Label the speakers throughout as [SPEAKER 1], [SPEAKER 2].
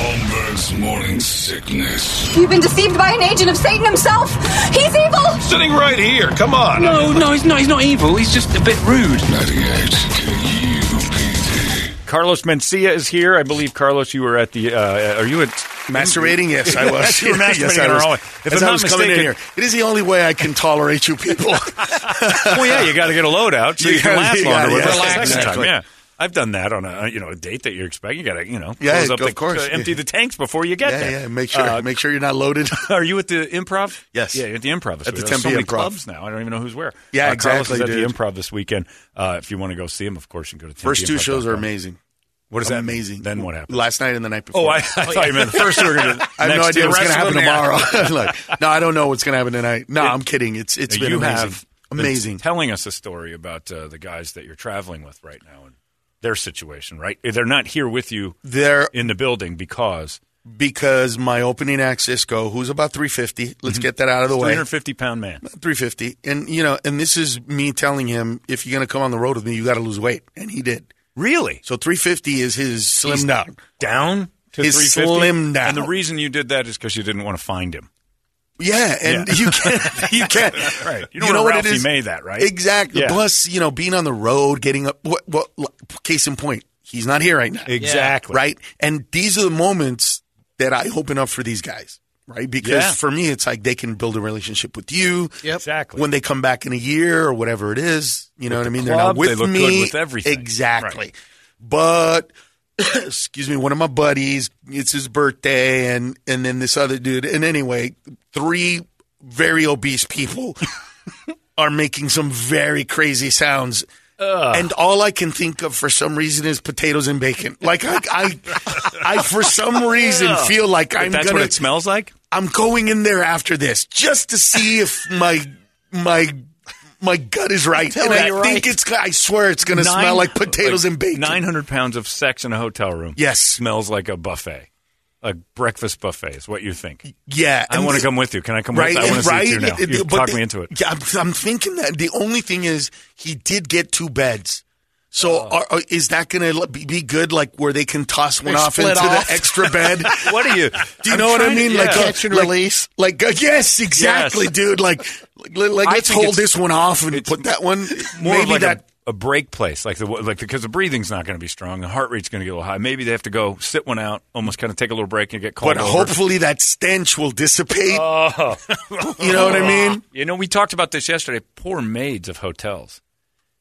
[SPEAKER 1] Holmberg's morning sickness.
[SPEAKER 2] You've been deceived by an agent of Satan himself. He's evil.
[SPEAKER 1] Sitting right here, come on.
[SPEAKER 3] No, no, he's not. He's not evil. He's just a bit rude.
[SPEAKER 1] 98 KUPD.
[SPEAKER 4] Carlos Mencia is here. I believe Carlos, you were at the. Uh, are you at
[SPEAKER 5] Masturbating? Yes, I was.
[SPEAKER 4] Yes, you were masturbating
[SPEAKER 5] yes,
[SPEAKER 4] in
[SPEAKER 5] I
[SPEAKER 4] our
[SPEAKER 5] was.
[SPEAKER 4] hallway. If
[SPEAKER 5] As
[SPEAKER 4] I'm
[SPEAKER 5] I
[SPEAKER 4] not
[SPEAKER 5] was coming in
[SPEAKER 4] mistaken-
[SPEAKER 5] here, it is the only way I can tolerate you people.
[SPEAKER 4] Well, oh, yeah, you got to get a load out so you,
[SPEAKER 5] You
[SPEAKER 4] can
[SPEAKER 5] gotta-
[SPEAKER 4] last
[SPEAKER 5] you
[SPEAKER 4] longer.
[SPEAKER 5] gotta,
[SPEAKER 4] with
[SPEAKER 5] yeah.
[SPEAKER 4] the second
[SPEAKER 5] Relax.
[SPEAKER 4] time.
[SPEAKER 5] Exactly.
[SPEAKER 4] Yeah, I've done that on a you know a date that you're expecting. You got to you know
[SPEAKER 5] Yeah,
[SPEAKER 4] close up
[SPEAKER 5] of
[SPEAKER 4] the,
[SPEAKER 5] course.
[SPEAKER 4] uh, empty the tanks before you get
[SPEAKER 5] yeah,
[SPEAKER 4] there.
[SPEAKER 5] yeah. Make sure,
[SPEAKER 4] Uh,
[SPEAKER 5] make sure you're not loaded.
[SPEAKER 4] are you at the improv?
[SPEAKER 5] Yes.
[SPEAKER 4] Yeah, you're at the improv. This
[SPEAKER 5] At the
[SPEAKER 4] weekend. There's so
[SPEAKER 5] Tempe
[SPEAKER 4] many
[SPEAKER 5] Improv.
[SPEAKER 4] clubs now. I don't even know who's where.
[SPEAKER 5] Yeah,
[SPEAKER 4] uh, Carlos
[SPEAKER 5] exactly,
[SPEAKER 4] is at
[SPEAKER 5] dude.
[SPEAKER 4] the improv this weekend. Uh, if you want to go see him, of course, you can go to Tempe
[SPEAKER 5] First two
[SPEAKER 4] Improv.
[SPEAKER 5] shows are amazing.
[SPEAKER 4] What is that? mean?
[SPEAKER 5] amazing.
[SPEAKER 4] Then what happens?
[SPEAKER 5] Last night and the night
[SPEAKER 4] Oh,
[SPEAKER 5] before.
[SPEAKER 4] I, I thought you meant the first two are going to.
[SPEAKER 5] I have no idea what's going to happen tomorrow. Like, no, I don't know what's going to happen tonight. No, I'm kidding. It's it's
[SPEAKER 4] Now,
[SPEAKER 5] been
[SPEAKER 4] you
[SPEAKER 5] amazing.
[SPEAKER 4] have been
[SPEAKER 5] amazing.
[SPEAKER 4] telling us a story about uh, the guys that you're traveling with right now and their situation, right? They're not here with you
[SPEAKER 5] There
[SPEAKER 4] in the building because
[SPEAKER 5] because my opening act Cisco, who's about 350. Let's
[SPEAKER 4] Mm-hmm.
[SPEAKER 5] get that out of the way.
[SPEAKER 4] 350 pound man.
[SPEAKER 5] 350 and you know and this is me telling him if you're going to come on the road with me you got to lose weight and he did
[SPEAKER 4] Really?
[SPEAKER 5] so 350 is his slimmed out
[SPEAKER 4] Down to
[SPEAKER 5] He's
[SPEAKER 4] 350.
[SPEAKER 5] slimmed down.
[SPEAKER 4] And the reason you did that is because you didn't want to find him.
[SPEAKER 5] yeah and
[SPEAKER 4] Yeah.
[SPEAKER 5] you can't you can't
[SPEAKER 4] Right. You don't want Ralphie May that, right?
[SPEAKER 5] exactly
[SPEAKER 4] Yeah.
[SPEAKER 5] plus you know being on the road getting up what, what case in point he's not here right now
[SPEAKER 4] Exactly.
[SPEAKER 5] right and these are the moments that i open up for these guys right because
[SPEAKER 4] Yeah.
[SPEAKER 5] for me it's like they can build a relationship with you
[SPEAKER 4] Exactly.
[SPEAKER 5] when they come back in a year or whatever it is. You know what I mean? They're
[SPEAKER 4] club,
[SPEAKER 5] not with
[SPEAKER 4] they look
[SPEAKER 5] me.
[SPEAKER 4] good with everything.
[SPEAKER 5] Exactly.
[SPEAKER 4] Right.
[SPEAKER 5] But excuse me, one of my buddies, it's his birthday, and and then this other dude. And anyway, three very obese people are making some very crazy sounds. And all I can think of for some reason is potatoes and bacon. Like I, I, I for some reason feel like
[SPEAKER 4] But
[SPEAKER 5] I'm
[SPEAKER 4] that's
[SPEAKER 5] gonna
[SPEAKER 4] what it smells like?
[SPEAKER 5] I'm going in there after this just to see if my my my gut is right. And I think it's I swear it's going to smell like potatoes and bacon.
[SPEAKER 4] 900 pounds of sex in a hotel room.
[SPEAKER 5] Yes.
[SPEAKER 4] Smells like a buffet. A breakfast buffet is what you think.
[SPEAKER 5] yeah,
[SPEAKER 4] I
[SPEAKER 5] and
[SPEAKER 4] want to
[SPEAKER 5] the-
[SPEAKER 4] come with you. Can I come
[SPEAKER 5] Right,
[SPEAKER 4] with you? I want to
[SPEAKER 5] right.
[SPEAKER 4] see you now.
[SPEAKER 5] It- it-
[SPEAKER 4] You've
[SPEAKER 5] but
[SPEAKER 4] talked
[SPEAKER 5] the-
[SPEAKER 4] me into it.
[SPEAKER 5] Yeah, I'm, I'm thinking that the only thing is he did get two beds. So
[SPEAKER 4] Oh.
[SPEAKER 5] are, are- is that going to be be good? Like where they can toss one off into the extra bed?
[SPEAKER 4] What are you?
[SPEAKER 5] Do you
[SPEAKER 4] I'm
[SPEAKER 5] know what I
[SPEAKER 4] trying to-
[SPEAKER 5] mean?
[SPEAKER 4] yeah.
[SPEAKER 5] Like like- Like uh, yes, exactly,
[SPEAKER 4] Yes.
[SPEAKER 5] dude. Like, like, like
[SPEAKER 4] I
[SPEAKER 5] let's
[SPEAKER 4] think
[SPEAKER 5] hold
[SPEAKER 4] it's-
[SPEAKER 5] this one off and
[SPEAKER 4] it's
[SPEAKER 5] put that one.
[SPEAKER 4] more
[SPEAKER 5] maybe
[SPEAKER 4] of like
[SPEAKER 5] that
[SPEAKER 4] a, a break place, like the like because the breathing's not going to be strong, the heart rate's going to get a little high. Maybe they have to go sit one out, almost kind of take a little break and get called.
[SPEAKER 5] but
[SPEAKER 4] over.
[SPEAKER 5] hopefully that stench will dissipate.
[SPEAKER 4] Oh.
[SPEAKER 5] you know what I mean?
[SPEAKER 4] you know, we talked about this yesterday. Poor maids of hotels,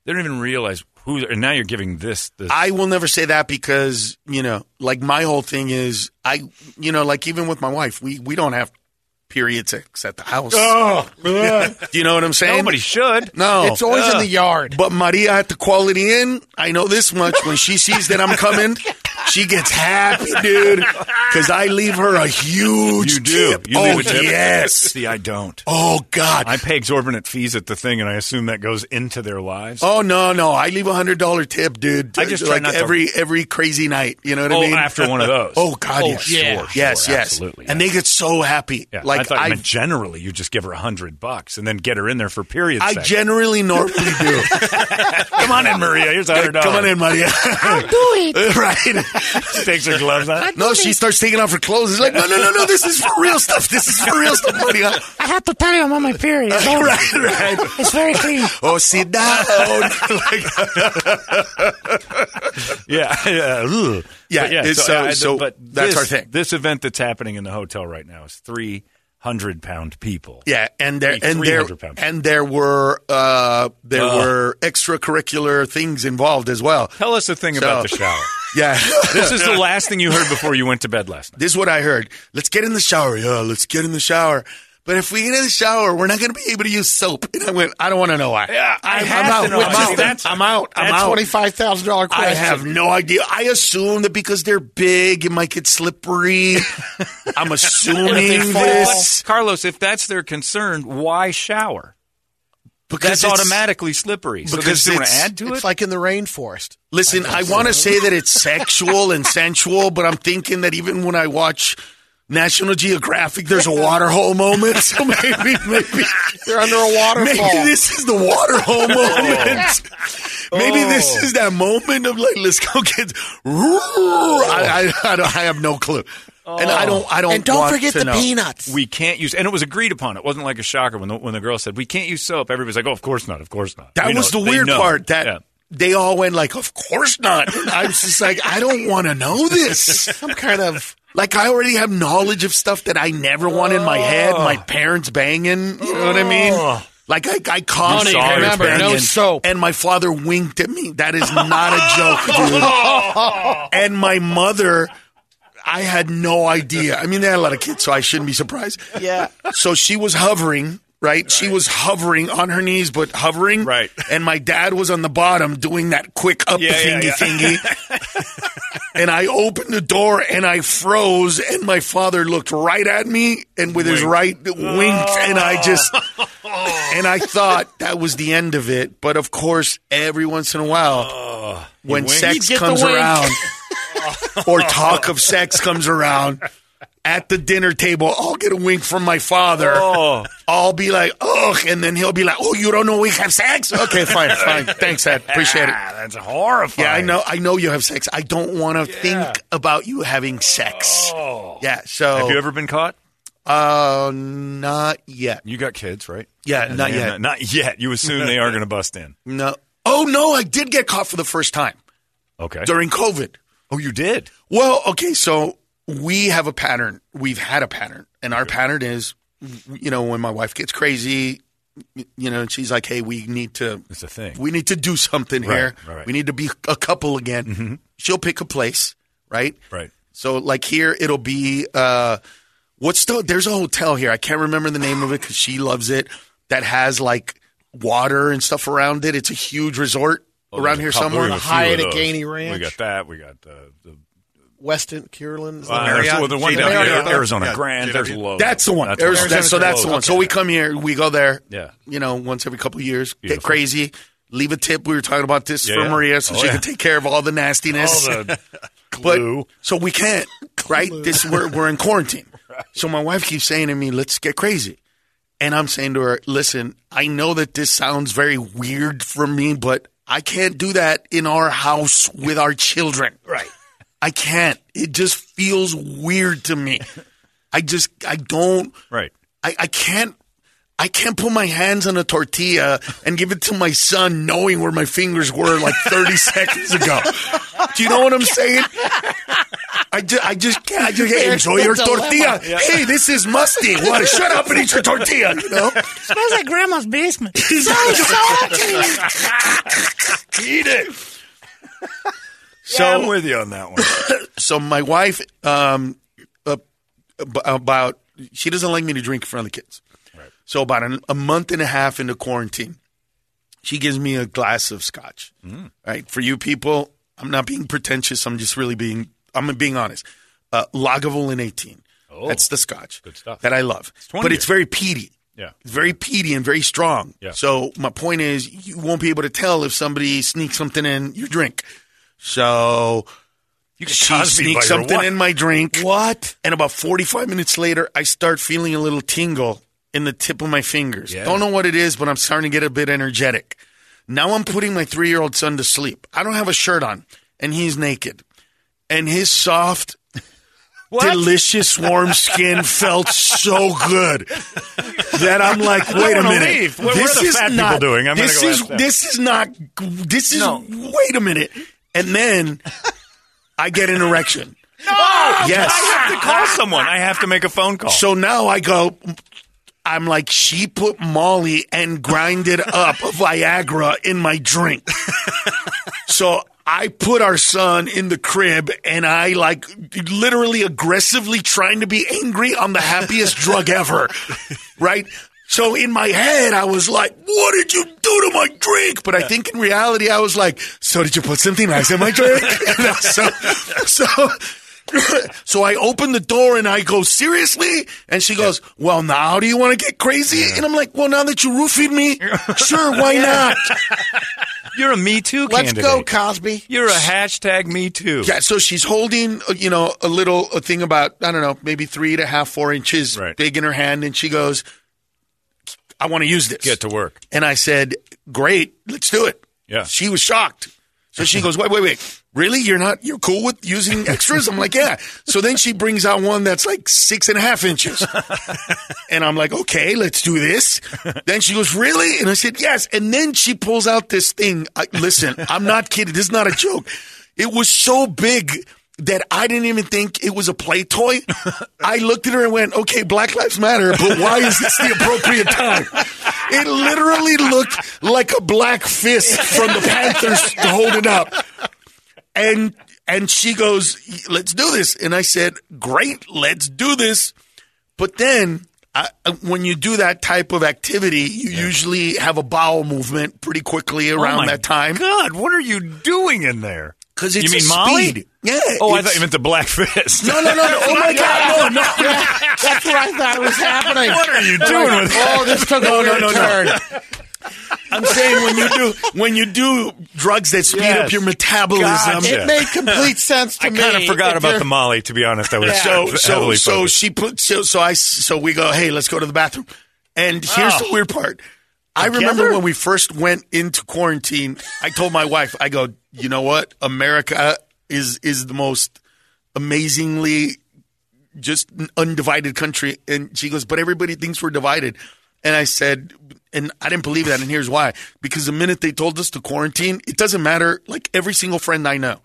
[SPEAKER 4] they don't even realize who. And now you're giving this. this
[SPEAKER 5] I will never say that because you know, like my whole thing is I, you know, like even with my wife, we we don't have period sex at the house. Do you know what I'm saying?
[SPEAKER 4] Oh, nobody should.
[SPEAKER 5] oh, No,
[SPEAKER 6] always in the yard.
[SPEAKER 5] But Maria at the Quality Inn, I know this much. When she sees that I'm coming, she gets happy, dude, because I leave her a huge
[SPEAKER 4] you do.
[SPEAKER 5] tip.
[SPEAKER 4] You
[SPEAKER 5] oh,
[SPEAKER 4] leave a tip.
[SPEAKER 5] yes.
[SPEAKER 4] See, I don't.
[SPEAKER 5] Oh, God.
[SPEAKER 4] I pay exorbitant fees at the thing, and I assume that goes into their lives.
[SPEAKER 5] oh, no, no. I leave a $100 tip, dude.
[SPEAKER 4] I just try
[SPEAKER 5] like
[SPEAKER 4] not to-
[SPEAKER 5] every every crazy night. You know what
[SPEAKER 4] Oh,
[SPEAKER 5] I mean?
[SPEAKER 4] after one of those.
[SPEAKER 5] Oh, God,
[SPEAKER 4] Oh,
[SPEAKER 5] yes.
[SPEAKER 4] sure,
[SPEAKER 6] Yeah.
[SPEAKER 4] sure,
[SPEAKER 5] yes, yes.
[SPEAKER 4] absolutely,
[SPEAKER 5] And
[SPEAKER 4] yeah.
[SPEAKER 5] they get so happy.
[SPEAKER 4] Yeah, I
[SPEAKER 5] Like,
[SPEAKER 4] thought you
[SPEAKER 5] I,
[SPEAKER 4] meant generally you just give her a hundred bucks and then get her in there for period
[SPEAKER 5] I
[SPEAKER 4] sex.
[SPEAKER 5] generally normally do.
[SPEAKER 4] come on in, Maria. Here's a hundred
[SPEAKER 5] Come on in, Maria.
[SPEAKER 6] Do it.
[SPEAKER 5] right.
[SPEAKER 4] She takes her gloves off.
[SPEAKER 5] No, she starts taking off her clothes. It's like, no, no, no, no. This is for real stuff. This is for real stuff, buddy. All
[SPEAKER 6] I have to tell you, I'm on my period. Don't worry.
[SPEAKER 5] right, right.
[SPEAKER 6] It's very clean.
[SPEAKER 5] Oh, sit down.
[SPEAKER 4] Yeah, yeah, ugh.
[SPEAKER 5] Yeah,
[SPEAKER 4] But
[SPEAKER 5] it's, uh, so that's
[SPEAKER 4] this,
[SPEAKER 5] our thing.
[SPEAKER 4] This event that's happening in the hotel right now is three hundred pound people.
[SPEAKER 5] yeah, and there
[SPEAKER 4] Like
[SPEAKER 5] and there
[SPEAKER 4] 300 pounds.
[SPEAKER 5] and there were uh, there were extracurricular things involved as well.
[SPEAKER 4] Tell us a thing
[SPEAKER 5] So-
[SPEAKER 4] about the shower.
[SPEAKER 5] Yeah,
[SPEAKER 4] This is the last thing you heard before you went to bed last night.
[SPEAKER 5] this is what I heard. Let's get in the shower. Yeah, let's get in the shower. But if we get in the shower, we're not going to be able to use soap. And I went, I don't want to know why.
[SPEAKER 4] Yeah, I
[SPEAKER 5] I'm,
[SPEAKER 4] have to
[SPEAKER 5] I'm out.
[SPEAKER 4] know why. See,
[SPEAKER 5] I'm out.
[SPEAKER 4] that's-
[SPEAKER 5] I'm out. I'm
[SPEAKER 7] Oh.
[SPEAKER 4] that's
[SPEAKER 5] out.
[SPEAKER 6] Twenty-five thousand dollar question.
[SPEAKER 5] I have no idea. I assume that because they're big, it might get slippery. I'm assuming
[SPEAKER 6] fall.
[SPEAKER 5] this
[SPEAKER 4] Carlos, if that's their concern, why shower?
[SPEAKER 5] because
[SPEAKER 4] That's
[SPEAKER 5] it's-
[SPEAKER 4] automatically slippery. So
[SPEAKER 5] because
[SPEAKER 4] because they want to
[SPEAKER 5] it's-
[SPEAKER 4] add to
[SPEAKER 6] It's
[SPEAKER 4] it.
[SPEAKER 6] like in the rainforest.
[SPEAKER 5] Listen, I want to say that it's sexual and sensual, but I'm thinking that even when I watch National Geographic, there's a water hole moment. So maybe, maybe
[SPEAKER 6] They're under a
[SPEAKER 5] Maybe
[SPEAKER 6] waterfall. Oh.
[SPEAKER 5] this is the water hole moment. Maybe this is that moment of like, let's go get. I, I, I, don't, I have no clue, and I don't. I don't.
[SPEAKER 6] Oh. And don't
[SPEAKER 5] want
[SPEAKER 6] forget
[SPEAKER 5] to
[SPEAKER 6] the
[SPEAKER 5] know.
[SPEAKER 6] peanuts.
[SPEAKER 4] Oh, we can't use, and it was agreed upon. It wasn't like a shocker when the when the girl said we can't use soap. Everybody's like, "Oh, of course not, of course not."
[SPEAKER 5] That
[SPEAKER 4] We
[SPEAKER 5] was
[SPEAKER 4] know,
[SPEAKER 5] the
[SPEAKER 4] they
[SPEAKER 5] weird
[SPEAKER 4] know.
[SPEAKER 5] part. That
[SPEAKER 4] Yeah.
[SPEAKER 5] they all went like, "Of course not." And I was just like, "I don't want to know this."
[SPEAKER 6] Some kind of
[SPEAKER 5] Like I already have knowledge of stuff that I never want in my head. My
[SPEAKER 4] Oh.
[SPEAKER 5] parents banging, you know what I mean? Like I, I caught
[SPEAKER 6] Don't
[SPEAKER 5] my
[SPEAKER 6] even
[SPEAKER 5] parents
[SPEAKER 6] remember, no
[SPEAKER 5] banging,
[SPEAKER 6] soap.
[SPEAKER 5] and my father winked at me. That is not a joke, dude. and my mother, I had no idea. I mean, they had a lot of kids, so I shouldn't be surprised.
[SPEAKER 6] yeah.
[SPEAKER 5] So she was hovering, right? She was hovering on her knees, but hovering,
[SPEAKER 4] Right.
[SPEAKER 5] And my dad was on the bottom doing that quick up
[SPEAKER 4] Yeah, yeah,
[SPEAKER 5] thingy
[SPEAKER 4] yeah.
[SPEAKER 5] thingy. and I opened the door and I froze, and my father looked right at me and with his right winked, and I just and I thought that was the end of it. But of course, every once in a while,
[SPEAKER 4] Oh,
[SPEAKER 5] when
[SPEAKER 4] winked.
[SPEAKER 5] sex
[SPEAKER 6] He'd get the
[SPEAKER 5] comes
[SPEAKER 6] wink.
[SPEAKER 5] around, or talk of sex comes around. At the dinner table, I'll get a wink from my father.
[SPEAKER 4] Oh,
[SPEAKER 5] I'll be like, ugh, and then he'll be like, oh, you don't know we have sex? Okay, fine, fine. Thanks, Ed. Appreciate it.
[SPEAKER 4] Ah, that's horrifying.
[SPEAKER 5] Yeah, I know. I know you have sex. I don't want to think about you having sex. Yeah. So,
[SPEAKER 4] Oh. Have you ever been caught?
[SPEAKER 5] Uh, not yet.
[SPEAKER 4] You got kids, right?
[SPEAKER 5] Yeah,
[SPEAKER 4] And
[SPEAKER 5] not
[SPEAKER 4] they-
[SPEAKER 5] yet.
[SPEAKER 4] Not yet. You assume they are going to bust in.
[SPEAKER 5] No. Oh no, I did get caught for the first time
[SPEAKER 4] Okay.
[SPEAKER 5] during COVID.
[SPEAKER 4] Oh, you did.
[SPEAKER 5] Well, okay, so we have a pattern. We've had a pattern, and our pattern is, you know, when my wife gets crazy, you know, and she's like, "Hey, we need to,
[SPEAKER 4] It's a thing.
[SPEAKER 5] we need to do something
[SPEAKER 4] Right,
[SPEAKER 5] here.
[SPEAKER 4] right, right.
[SPEAKER 5] We need to be a couple again." She'll pick a place, right?
[SPEAKER 4] Right.
[SPEAKER 5] So, like here, it'll be uh, what's the? There's a hotel here. I can't remember the name of it because she loves it. That has like water and stuff around it. It's a huge resort around here
[SPEAKER 4] Couple
[SPEAKER 5] somewhere.
[SPEAKER 4] of Oh, a few
[SPEAKER 6] Hyatt
[SPEAKER 4] of
[SPEAKER 6] at
[SPEAKER 4] those.
[SPEAKER 6] Gainey Ranch.
[SPEAKER 4] We got that. We got the, the
[SPEAKER 6] Weston Kierland.
[SPEAKER 4] uh, well, the one down
[SPEAKER 6] Marriott.
[SPEAKER 4] here, Arizona
[SPEAKER 7] Yeah,
[SPEAKER 4] Grand. There's
[SPEAKER 7] JW.
[SPEAKER 4] loads.
[SPEAKER 5] That's the one.
[SPEAKER 4] That's
[SPEAKER 5] There's-
[SPEAKER 4] loads.
[SPEAKER 5] that's- so that's the one. So we come here, we go there.
[SPEAKER 4] Yeah.
[SPEAKER 5] You know, once every couple of years, get
[SPEAKER 4] Beautiful.
[SPEAKER 5] crazy. Leave a tip. We were talking about this
[SPEAKER 4] Yeah,
[SPEAKER 5] for
[SPEAKER 4] yeah.
[SPEAKER 5] Maria, so
[SPEAKER 4] Oh,
[SPEAKER 5] she
[SPEAKER 4] yeah.
[SPEAKER 5] can take care of all the nastiness.
[SPEAKER 4] All the
[SPEAKER 5] but so we can't, right? This we're we're in quarantine. So my wife keeps saying to me, "Let's get crazy," and I'm saying to her, "Listen, I know that this sounds very weird for me, but I can't do that in our house with our children. Right? I can't. It just feels weird to me. I just I don't."
[SPEAKER 4] right.
[SPEAKER 5] I, I can't I can't put my hands on a tortilla and give it to my son knowing where my fingers were like 30 seconds ago. Do you know what I'm saying? I just, I just can't. I just can't. enjoy your tortilla. Hey, this is musty. What? Shut up and eat your tortilla. You know?
[SPEAKER 6] Smells like grandma's basement.
[SPEAKER 5] eat it. So
[SPEAKER 4] Yeah, I'm with you on that one.
[SPEAKER 5] so my wife um uh, ab- about she doesn't like me to drink in front of the kids so about an, a month and a half into quarantine she gives me a glass of scotch
[SPEAKER 4] Mm.
[SPEAKER 5] right for you people i'm not being pretentious i'm just really being i'm being honest uh, lagavulin 18 that's the scotch
[SPEAKER 4] Oh. good stuff.
[SPEAKER 5] that i love
[SPEAKER 4] 20
[SPEAKER 5] but it's
[SPEAKER 4] year.
[SPEAKER 5] very peaty
[SPEAKER 4] Yeah.
[SPEAKER 5] it's very peaty and very strong.
[SPEAKER 4] Yeah.
[SPEAKER 5] So my point is, you won't be able to tell if somebody sneaks something in your drink. So
[SPEAKER 4] You can
[SPEAKER 5] she
[SPEAKER 4] Cosby
[SPEAKER 5] sneaks
[SPEAKER 4] bite her
[SPEAKER 5] something
[SPEAKER 4] wife.
[SPEAKER 5] in my drink. What? And about 45 minutes later, I start feeling a little tingle in the tip of my fingers.
[SPEAKER 4] Yeah.
[SPEAKER 5] Don't know what it is, but I'm starting to get a bit energetic. Now I'm putting my three year old son to sleep. I don't have a shirt on, and he's naked. and his soft, delicious warm skin felt so good that I'm like, wait a
[SPEAKER 4] wanna
[SPEAKER 5] minute,
[SPEAKER 4] leave. What- what
[SPEAKER 5] this
[SPEAKER 4] are the
[SPEAKER 5] is
[SPEAKER 4] fat people
[SPEAKER 5] not
[SPEAKER 4] doing? I'm gonna
[SPEAKER 5] this
[SPEAKER 4] go
[SPEAKER 5] is
[SPEAKER 4] ask them.
[SPEAKER 5] this is not this is
[SPEAKER 4] No.
[SPEAKER 5] wait a minute, and then I get an erection. Yes.
[SPEAKER 4] I have to call someone. I have to make a phone call.
[SPEAKER 5] So now I go. I'm like, she put Molly and grinded up Viagra in my drink. so I put our son in the crib and I like literally aggressively trying to be angry on the happiest drug ever. Right? So in my head, I was like, what did you do to my drink? But I think in reality, I was like, so did you put something nice in my drink? You know, so, so so I open the door and I go, seriously? And she goes, well, now do you want to get crazy? And I'm like, well, now that you roofied me, sure, why not?
[SPEAKER 4] You're a Me Too
[SPEAKER 6] Let's
[SPEAKER 4] candidate.
[SPEAKER 6] go, Cosby.
[SPEAKER 4] You're a hashtag Me Too.
[SPEAKER 5] Yeah, so she's holding, uh, you know, a little a thing about, I don't know, maybe three and a half, four inches
[SPEAKER 4] Right.
[SPEAKER 5] big in her hand. And she goes, I want to use this.
[SPEAKER 4] Get to work.
[SPEAKER 5] And I said, great, let's do it.
[SPEAKER 4] Yeah.
[SPEAKER 5] She was shocked. So she goes, wait, wait, wait. Really? You're not, you're cool with using extras? I'm like, yeah. So then she brings out one that's like six and a half inches. And I'm like, okay, let's do this. Then she goes, really? And I said, yes. And then she pulls out this thing. I, listen, I'm not kidding. This is not a joke. It was so big that I didn't even think it was a play toy. I looked at her and went, okay, Black Lives Matter, but why is this the appropriate time? It literally looked like a black fist from the Panthers holding up. And and she goes, let's do this. And I said, great, let's do this. But then, I, uh, when you do that type of activity, you usually have a bowel movement pretty quickly
[SPEAKER 4] Oh
[SPEAKER 5] around
[SPEAKER 4] my
[SPEAKER 5] that time
[SPEAKER 4] God, what are you doing in there?
[SPEAKER 5] because it's
[SPEAKER 4] you mean
[SPEAKER 5] a
[SPEAKER 4] Molly?
[SPEAKER 5] speed. Yeah.
[SPEAKER 4] Oh, I
[SPEAKER 5] it's-
[SPEAKER 4] thought you meant the Black Fist.
[SPEAKER 5] No, no, no, no! Oh my God! No, no!
[SPEAKER 6] That's what I thought was happening.
[SPEAKER 4] What are you doing with that?
[SPEAKER 6] Oh, this took a
[SPEAKER 5] No, no,
[SPEAKER 6] weird
[SPEAKER 5] no, no.
[SPEAKER 6] turn.
[SPEAKER 5] I'm saying when you do when you do drugs that speed
[SPEAKER 4] Yes.
[SPEAKER 5] up your metabolism,
[SPEAKER 4] Gotcha.
[SPEAKER 6] It made complete sense to
[SPEAKER 4] I
[SPEAKER 6] me.
[SPEAKER 4] kind of forgot
[SPEAKER 6] If
[SPEAKER 4] about
[SPEAKER 6] you're-
[SPEAKER 4] the Molly, to be honest. I was
[SPEAKER 5] so so
[SPEAKER 4] heavily
[SPEAKER 5] so
[SPEAKER 4] focused.
[SPEAKER 5] she put so so I so we go hey let's go to the bathroom and here's
[SPEAKER 6] Oh.
[SPEAKER 5] the weird part I remember when we first went into quarantine I told my wife I go you know what America is is the most amazingly just an undivided country and she goes but everybody thinks we're divided and I said and I didn't believe that and here's why because the minute they told us to quarantine it doesn't matter like every single friend I know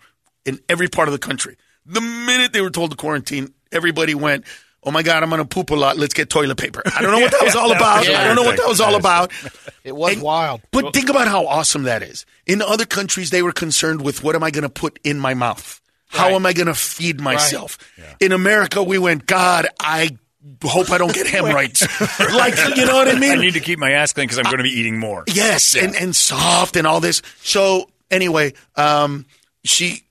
[SPEAKER 5] in every part of the country. The minute they were told to quarantine, everybody went, "Oh my God, I'm gonna poop a lot. Let's get toilet paper." I don't know what that was all about. I don't know what that was all about.
[SPEAKER 6] It was
[SPEAKER 5] And-
[SPEAKER 6] wild.
[SPEAKER 5] But think about how awesome that is. In other countries, they were concerned with what am I going to put in my mouth? How am I going to feed myself? In America, we went, God, I hope I don't get hemorrhoids. like, you know what I mean?
[SPEAKER 4] I need to keep my ass clean because I'm going to be eating more.
[SPEAKER 5] Yes, and and soft and all this. So anyway, um, she.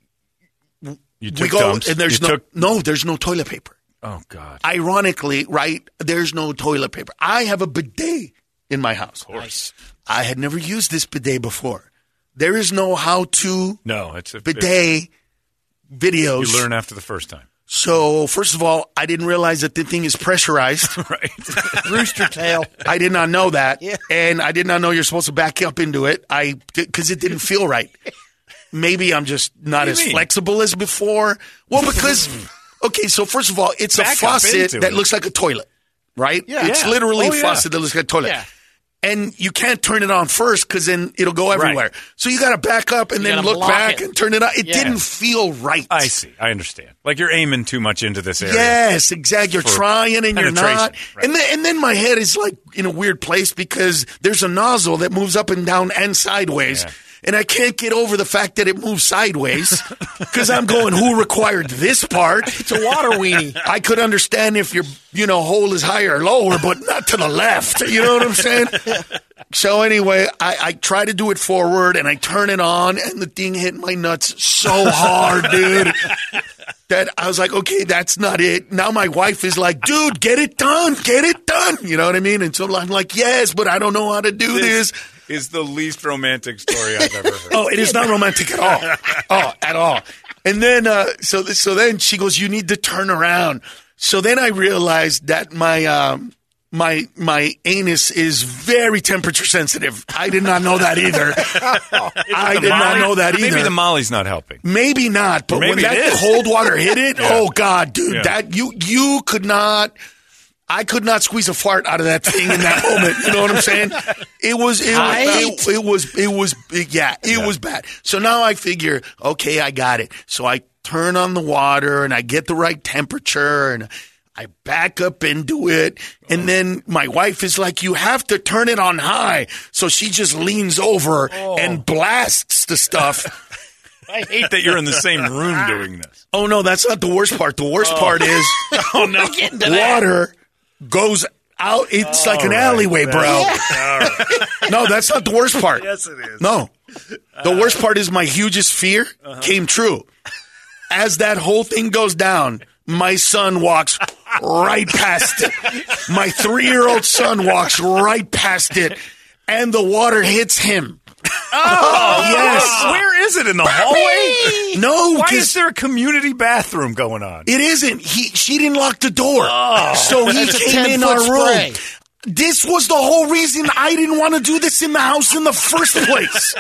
[SPEAKER 4] You
[SPEAKER 5] we
[SPEAKER 4] took
[SPEAKER 5] go
[SPEAKER 4] dumps.
[SPEAKER 5] and there's
[SPEAKER 4] You
[SPEAKER 5] no
[SPEAKER 4] took-
[SPEAKER 5] no there's no toilet paper.
[SPEAKER 4] Oh God.
[SPEAKER 5] Ironically, right? There's no toilet paper. I have a bidet in my house. Of course. I had never used this bidet before. There is no how to
[SPEAKER 4] No, it's a it's-
[SPEAKER 5] bidet videos.
[SPEAKER 4] you learn after the first time,
[SPEAKER 5] So first of all, I didn't realize that the thing is pressurized.
[SPEAKER 4] right?
[SPEAKER 6] Rooster tail.
[SPEAKER 5] I did not know that,
[SPEAKER 6] Yeah.
[SPEAKER 5] and I did not know you're supposed to back up into it. I because it didn't feel right. Maybe I'm just not
[SPEAKER 4] do you
[SPEAKER 5] as
[SPEAKER 4] mean?
[SPEAKER 5] flexible as before. Well, because okay, so first of all, it's
[SPEAKER 4] Back up
[SPEAKER 5] a faucet
[SPEAKER 4] into
[SPEAKER 5] that
[SPEAKER 4] it.
[SPEAKER 5] looks like a toilet, right?
[SPEAKER 6] Yeah.
[SPEAKER 5] it's
[SPEAKER 4] Yeah.
[SPEAKER 5] literally
[SPEAKER 4] Oh,
[SPEAKER 5] a
[SPEAKER 4] yeah.
[SPEAKER 5] faucet that looks like a toilet.
[SPEAKER 6] Yeah.
[SPEAKER 5] And you can't turn it on first because then it'll go everywhere. So you got to back up and
[SPEAKER 6] You
[SPEAKER 5] then
[SPEAKER 6] gotta
[SPEAKER 5] look
[SPEAKER 6] block
[SPEAKER 5] back
[SPEAKER 6] it.
[SPEAKER 5] and turn it on. It
[SPEAKER 6] Yeah.
[SPEAKER 5] didn't feel right.
[SPEAKER 4] I see. I understand. Like you're aiming too much into this area.
[SPEAKER 5] Yes, exactly. You're
[SPEAKER 4] For
[SPEAKER 5] trying and you're
[SPEAKER 4] penetration,
[SPEAKER 5] not.
[SPEAKER 4] right.
[SPEAKER 5] And then and then my head is like in a weird place because there's a nozzle that moves up and down and sideways.
[SPEAKER 4] Yeah.
[SPEAKER 5] And I can't get over the fact that it moves sideways because I'm going, who required this part?
[SPEAKER 6] It's a water weenie.
[SPEAKER 5] I could understand if your you know hole is higher or lower, but not to the left. You know what I'm saying? So anyway, I, I try to do it forward and I turn it on and the thing hit my nuts so hard, dude. That I was like, okay, that's not it. Now my wife is like, dude, get it done, get it done. You know what I mean? And so I'm like, yes, but I don't know how to do
[SPEAKER 4] This
[SPEAKER 5] this.
[SPEAKER 4] is the least romantic story I've ever heard.
[SPEAKER 5] Oh, it is not romantic at all. Oh, at all. And then uh, so th- so then she goes, "You need to turn around." So then I realized that my um, my my anus is very temperature sensitive. I did not know that either. I
[SPEAKER 4] The
[SPEAKER 5] did not
[SPEAKER 4] Molly-
[SPEAKER 5] know that either.
[SPEAKER 4] Maybe the Molly's not helping.
[SPEAKER 5] Maybe not, but
[SPEAKER 4] Maybe
[SPEAKER 5] when
[SPEAKER 4] it
[SPEAKER 5] that
[SPEAKER 4] is.
[SPEAKER 5] cold water hit it,
[SPEAKER 4] Yeah.
[SPEAKER 5] oh god, dude,
[SPEAKER 4] Yeah.
[SPEAKER 5] that you you could not. I could not squeeze a fart out of that thing in that moment. You know what I'm saying? It was it, was- it, it was it was it- yeah, it was bad. So now I figure, okay, I got it. So I turn on the water and I get the right temperature and I back up into it.
[SPEAKER 4] Oh.
[SPEAKER 5] And then my wife is like, you have to turn it on high. So she just leans over
[SPEAKER 4] Oh.
[SPEAKER 5] and blasts the stuff.
[SPEAKER 4] I hate that you're in the same room doing this.
[SPEAKER 5] Oh no, that's not the worst part. The worst part is
[SPEAKER 4] Oh no!
[SPEAKER 5] water goes out. It's like an alleyway, bro. no, that's not the worst part.
[SPEAKER 4] Yes, it is. Uh,
[SPEAKER 5] No, the worst part is my hugest fear
[SPEAKER 4] uh-huh.
[SPEAKER 5] came true. As that whole thing goes down, my son walks right past it. My three-year-old son walks right past it, and the water hits him.
[SPEAKER 4] Oh
[SPEAKER 5] yes.
[SPEAKER 4] Where is it in the hallway?
[SPEAKER 5] No,
[SPEAKER 4] Why
[SPEAKER 5] 'cause-
[SPEAKER 4] is there a community bathroom going on?
[SPEAKER 5] It isn't. He she didn't lock the door. so he
[SPEAKER 6] Oh. That's a
[SPEAKER 5] came in
[SPEAKER 6] 10-foot
[SPEAKER 5] our room.
[SPEAKER 6] spray.
[SPEAKER 5] This was the whole reason I didn't want to do this in the house in the first place.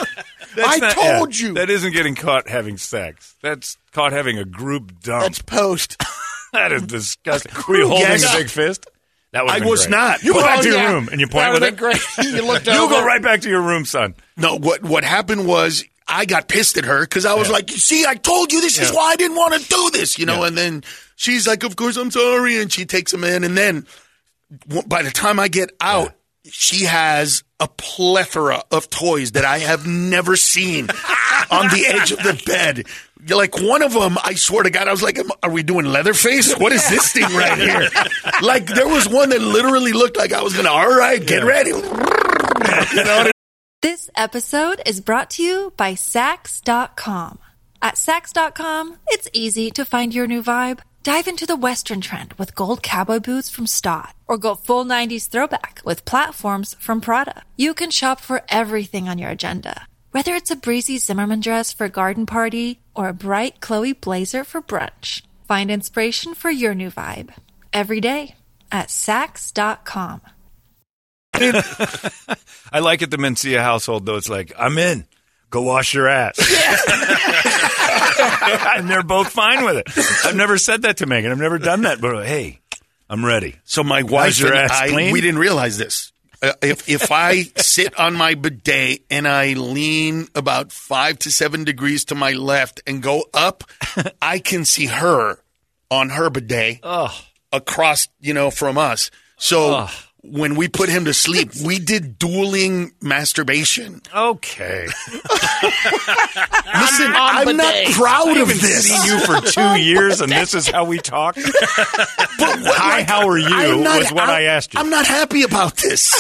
[SPEAKER 5] I
[SPEAKER 4] not-
[SPEAKER 5] told
[SPEAKER 4] yeah,
[SPEAKER 5] you.
[SPEAKER 4] that isn't getting caught having sex. That's caught having a group dump.
[SPEAKER 6] That's post.
[SPEAKER 4] That is disgusting. Were you holding
[SPEAKER 5] Yes.
[SPEAKER 4] a big fist? That would've
[SPEAKER 5] I
[SPEAKER 4] been
[SPEAKER 5] was
[SPEAKER 4] great.
[SPEAKER 5] not.
[SPEAKER 4] You go
[SPEAKER 5] Oh,
[SPEAKER 4] back to your
[SPEAKER 5] yeah.
[SPEAKER 4] room and you
[SPEAKER 6] That
[SPEAKER 4] point
[SPEAKER 6] would
[SPEAKER 4] with
[SPEAKER 6] have
[SPEAKER 4] it.
[SPEAKER 6] been great. you looked over.
[SPEAKER 4] You go right back to your room, son.
[SPEAKER 5] No, what what happened was I got pissed at her because I was like, "You see, I told you this is
[SPEAKER 4] Yeah.
[SPEAKER 5] why I didn't want to do this," you know.
[SPEAKER 4] Yeah.
[SPEAKER 5] And then she's like, "Of course, I'm sorry," and she takes him in. And then w- by the time I get out, she has a plethora of toys that I have never seen on the edge of the bed. Like one of them, I swear to God, I was like, "Am- "Are we doing Leatherface? What is this thing right here?" like there was one that literally looked like I was gonna. All right, get ready. You know what I mean?
[SPEAKER 8] This episode is brought to you by Sax.com. At Sax.com, it's easy to find your new vibe. Dive into the Western trend with gold cowboy boots from Stott, or go full 90s throwback with platforms from Prada. You can shop for everything on your agenda, whether it's a breezy Zimmerman dress for a garden party or a bright Chloe blazer for brunch. Find inspiration for your new vibe every day at Sax.com.
[SPEAKER 4] I like at the Mencia household though. It's like I'm in. Go wash your ass. and they're both fine with it. I've never said that to Megan. I've never done that. But like, hey, I'm ready.
[SPEAKER 5] So my wife
[SPEAKER 4] How's your
[SPEAKER 5] and
[SPEAKER 4] ass
[SPEAKER 5] I,
[SPEAKER 4] clean?
[SPEAKER 5] we didn't realize this. Uh, if if I sit on my bidet and I lean about five to seven degrees to my left and go up, I can see her on her bidet across, you know, from us. So when we put him to sleep, we did dueling masturbation.
[SPEAKER 4] Okay.
[SPEAKER 5] Listen, I'm, not proud of this.
[SPEAKER 4] Seen you for two years, and this is how we talk.
[SPEAKER 5] But what-
[SPEAKER 4] Hi, how are you
[SPEAKER 5] I'm
[SPEAKER 4] was what I asked you.
[SPEAKER 5] I'm not happy about this.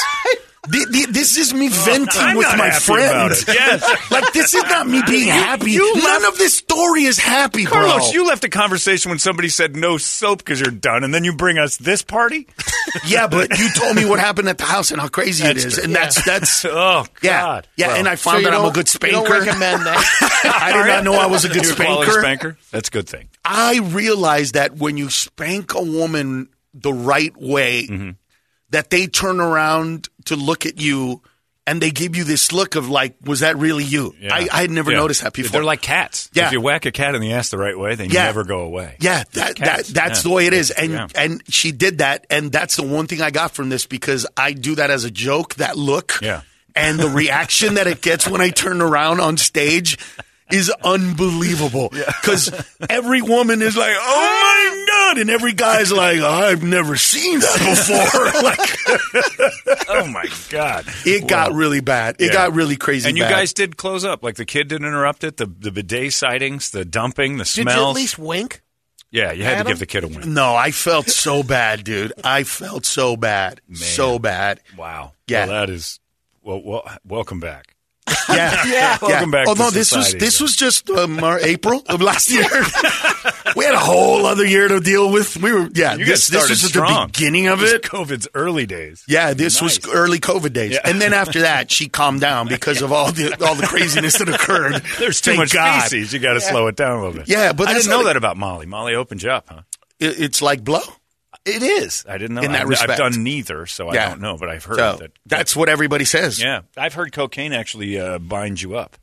[SPEAKER 5] The- the- this is me venting
[SPEAKER 4] I'm
[SPEAKER 5] with
[SPEAKER 4] not
[SPEAKER 5] my
[SPEAKER 4] happy
[SPEAKER 5] friend.
[SPEAKER 4] about it. Yes.
[SPEAKER 5] like this is not me being happy.
[SPEAKER 4] you
[SPEAKER 5] None of this story is happy, bro.
[SPEAKER 4] Carlos, you left a conversation when somebody said no soap because you're done, and then you bring us this party.
[SPEAKER 5] yeah, but you told me what happened at the house and how crazy it is, and that's that's
[SPEAKER 4] Oh
[SPEAKER 5] yeah,
[SPEAKER 4] God,
[SPEAKER 5] yeah. and I
[SPEAKER 6] So
[SPEAKER 5] found
[SPEAKER 6] you
[SPEAKER 5] out I'm a
[SPEAKER 6] don't-
[SPEAKER 5] good
[SPEAKER 6] you
[SPEAKER 5] spanker.
[SPEAKER 6] don't recommend that.
[SPEAKER 5] I did not know I was a good
[SPEAKER 4] You're a quality
[SPEAKER 5] spanker.
[SPEAKER 4] spanker. That's a good thing.
[SPEAKER 5] I realized that when you spank a woman the right way,
[SPEAKER 4] Mm-hmm.
[SPEAKER 5] that they turn around to look at you and they give you this look of like, was that really you? I, I had never
[SPEAKER 4] Yeah.
[SPEAKER 5] noticed that before.
[SPEAKER 4] They're like cats.
[SPEAKER 5] Yeah.
[SPEAKER 4] If you whack a cat in the ass the right way, they
[SPEAKER 5] Yeah.
[SPEAKER 4] never go away.
[SPEAKER 5] Yeah, that, that
[SPEAKER 4] Cats,
[SPEAKER 5] that's
[SPEAKER 4] yeah.
[SPEAKER 5] the way it is, and
[SPEAKER 4] Yeah.
[SPEAKER 5] and she did that, and that's the one thing I got from this because I do that as a joke. That look,
[SPEAKER 4] Yeah.
[SPEAKER 5] and the reaction that it gets when I turn around on stage is unbelievable because every woman is like, "Oh my god," and every guy's like, "I've never seen that before." like
[SPEAKER 4] oh my God.
[SPEAKER 5] it got really bad. It
[SPEAKER 4] Yeah.
[SPEAKER 5] got really crazy.
[SPEAKER 4] And you
[SPEAKER 5] bad.
[SPEAKER 4] guys did close up. Like the kid didn't interrupt it. The the bidet sightings, the dumping, the
[SPEAKER 6] Did
[SPEAKER 4] smells.
[SPEAKER 6] you at least wink?
[SPEAKER 4] yeah, you had to
[SPEAKER 6] Adam?
[SPEAKER 4] give the kid a win.
[SPEAKER 5] No, I felt so bad, dude. I felt so bad, so bad.
[SPEAKER 4] Wow.
[SPEAKER 5] Yeah.
[SPEAKER 4] Well, that is. Well, well welcome back.
[SPEAKER 5] Yeah, yeah.
[SPEAKER 4] Welcome back
[SPEAKER 5] Oh
[SPEAKER 4] to
[SPEAKER 5] no, this was
[SPEAKER 4] society,
[SPEAKER 5] this
[SPEAKER 4] though.
[SPEAKER 5] was just um, our April of last year. we had a whole other year to deal with. We were yeah.
[SPEAKER 4] You
[SPEAKER 5] this
[SPEAKER 4] guys started
[SPEAKER 5] this was at the
[SPEAKER 4] strong.
[SPEAKER 5] beginning of
[SPEAKER 4] This
[SPEAKER 5] it.
[SPEAKER 4] is COVID's early days.
[SPEAKER 5] Yeah, this was
[SPEAKER 4] Nice.
[SPEAKER 5] early COVID days,
[SPEAKER 4] Yeah.
[SPEAKER 5] and then after that, she calmed down because of all the all the craziness that occurred.
[SPEAKER 4] There's too
[SPEAKER 5] Thank
[SPEAKER 4] much
[SPEAKER 5] God.
[SPEAKER 4] feces. You got to slow it down a little bit.
[SPEAKER 5] Yeah, but
[SPEAKER 4] I
[SPEAKER 5] that's
[SPEAKER 4] didn't know
[SPEAKER 5] not-
[SPEAKER 4] that about Molly. Molly opened you up, huh?
[SPEAKER 5] It- it's like blow. It is.
[SPEAKER 4] I didn't know.
[SPEAKER 5] in that
[SPEAKER 4] I've,
[SPEAKER 5] respect.
[SPEAKER 4] I've done neither, so I
[SPEAKER 5] Yeah.
[SPEAKER 4] don't know. But I've heard
[SPEAKER 5] So,
[SPEAKER 4] that.
[SPEAKER 5] that's what everybody says.
[SPEAKER 4] yeah, I've heard cocaine actually uh, binds you up.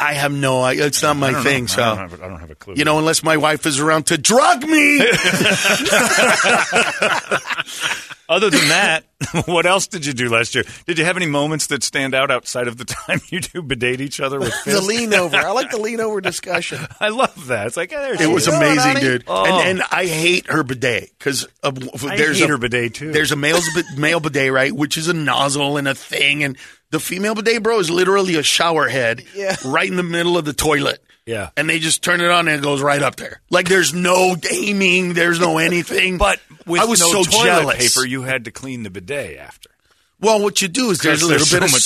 [SPEAKER 5] I have no. I- It's not
[SPEAKER 4] I
[SPEAKER 5] my
[SPEAKER 4] don't know.
[SPEAKER 5] thing. So
[SPEAKER 4] I don't, have, I don't have a clue.
[SPEAKER 5] you know, unless my wife is around to drug me.
[SPEAKER 4] Other than that, what else did you do last year? Did you have any moments that stand out outside of the time you do bedate each other with
[SPEAKER 6] The
[SPEAKER 4] fists?
[SPEAKER 6] lean over. I like the lean over discussion.
[SPEAKER 4] I love that. It's like eh, there she
[SPEAKER 5] It was
[SPEAKER 4] is.
[SPEAKER 6] You know what,
[SPEAKER 5] amazing,
[SPEAKER 6] honey?
[SPEAKER 5] dude.
[SPEAKER 4] Oh.
[SPEAKER 5] And, and I hate her bidet because
[SPEAKER 4] I
[SPEAKER 5] there's
[SPEAKER 4] hate
[SPEAKER 5] a
[SPEAKER 4] her bidet, too.
[SPEAKER 5] There's a male's bi- male bidet, right, which is a nozzle and a thing, and the female bidet, bro, is literally a shower head,
[SPEAKER 6] Yeah.
[SPEAKER 5] right in the middle of the toilet.
[SPEAKER 4] Yeah.
[SPEAKER 5] and they just turn it on and it goes right up there. Like there's no aiming, there's no anything.
[SPEAKER 4] But with
[SPEAKER 5] I was
[SPEAKER 4] no
[SPEAKER 5] so
[SPEAKER 4] toilet
[SPEAKER 5] jealous.
[SPEAKER 4] paper, you had to clean the bidet after.
[SPEAKER 5] Well, what you do is there's a little
[SPEAKER 4] Because
[SPEAKER 5] bit of
[SPEAKER 4] there's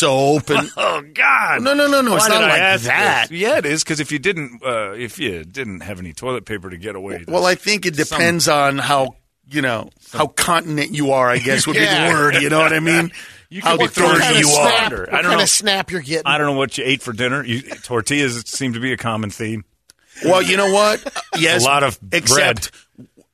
[SPEAKER 5] soap and
[SPEAKER 4] Oh God!
[SPEAKER 5] No, no, no, no, it's not like that.
[SPEAKER 4] This? Yeah, it is because if you didn't, uh, if you didn't have any toilet paper to get away,
[SPEAKER 5] Well, I think it depends on how you know how continent you are. I guess would be
[SPEAKER 6] Yeah.
[SPEAKER 5] the word. You know what I mean?
[SPEAKER 4] You
[SPEAKER 5] how
[SPEAKER 4] can work through
[SPEAKER 5] dirty
[SPEAKER 4] kind of
[SPEAKER 5] you
[SPEAKER 4] snap.
[SPEAKER 5] are.
[SPEAKER 6] What
[SPEAKER 4] I don't
[SPEAKER 6] kind
[SPEAKER 4] know.
[SPEAKER 6] of snap you're getting.
[SPEAKER 4] I don't know what you ate for dinner. You, tortillas seem to be a common theme.
[SPEAKER 5] Well, you know what? Uh, Yes,
[SPEAKER 4] A lot of
[SPEAKER 5] except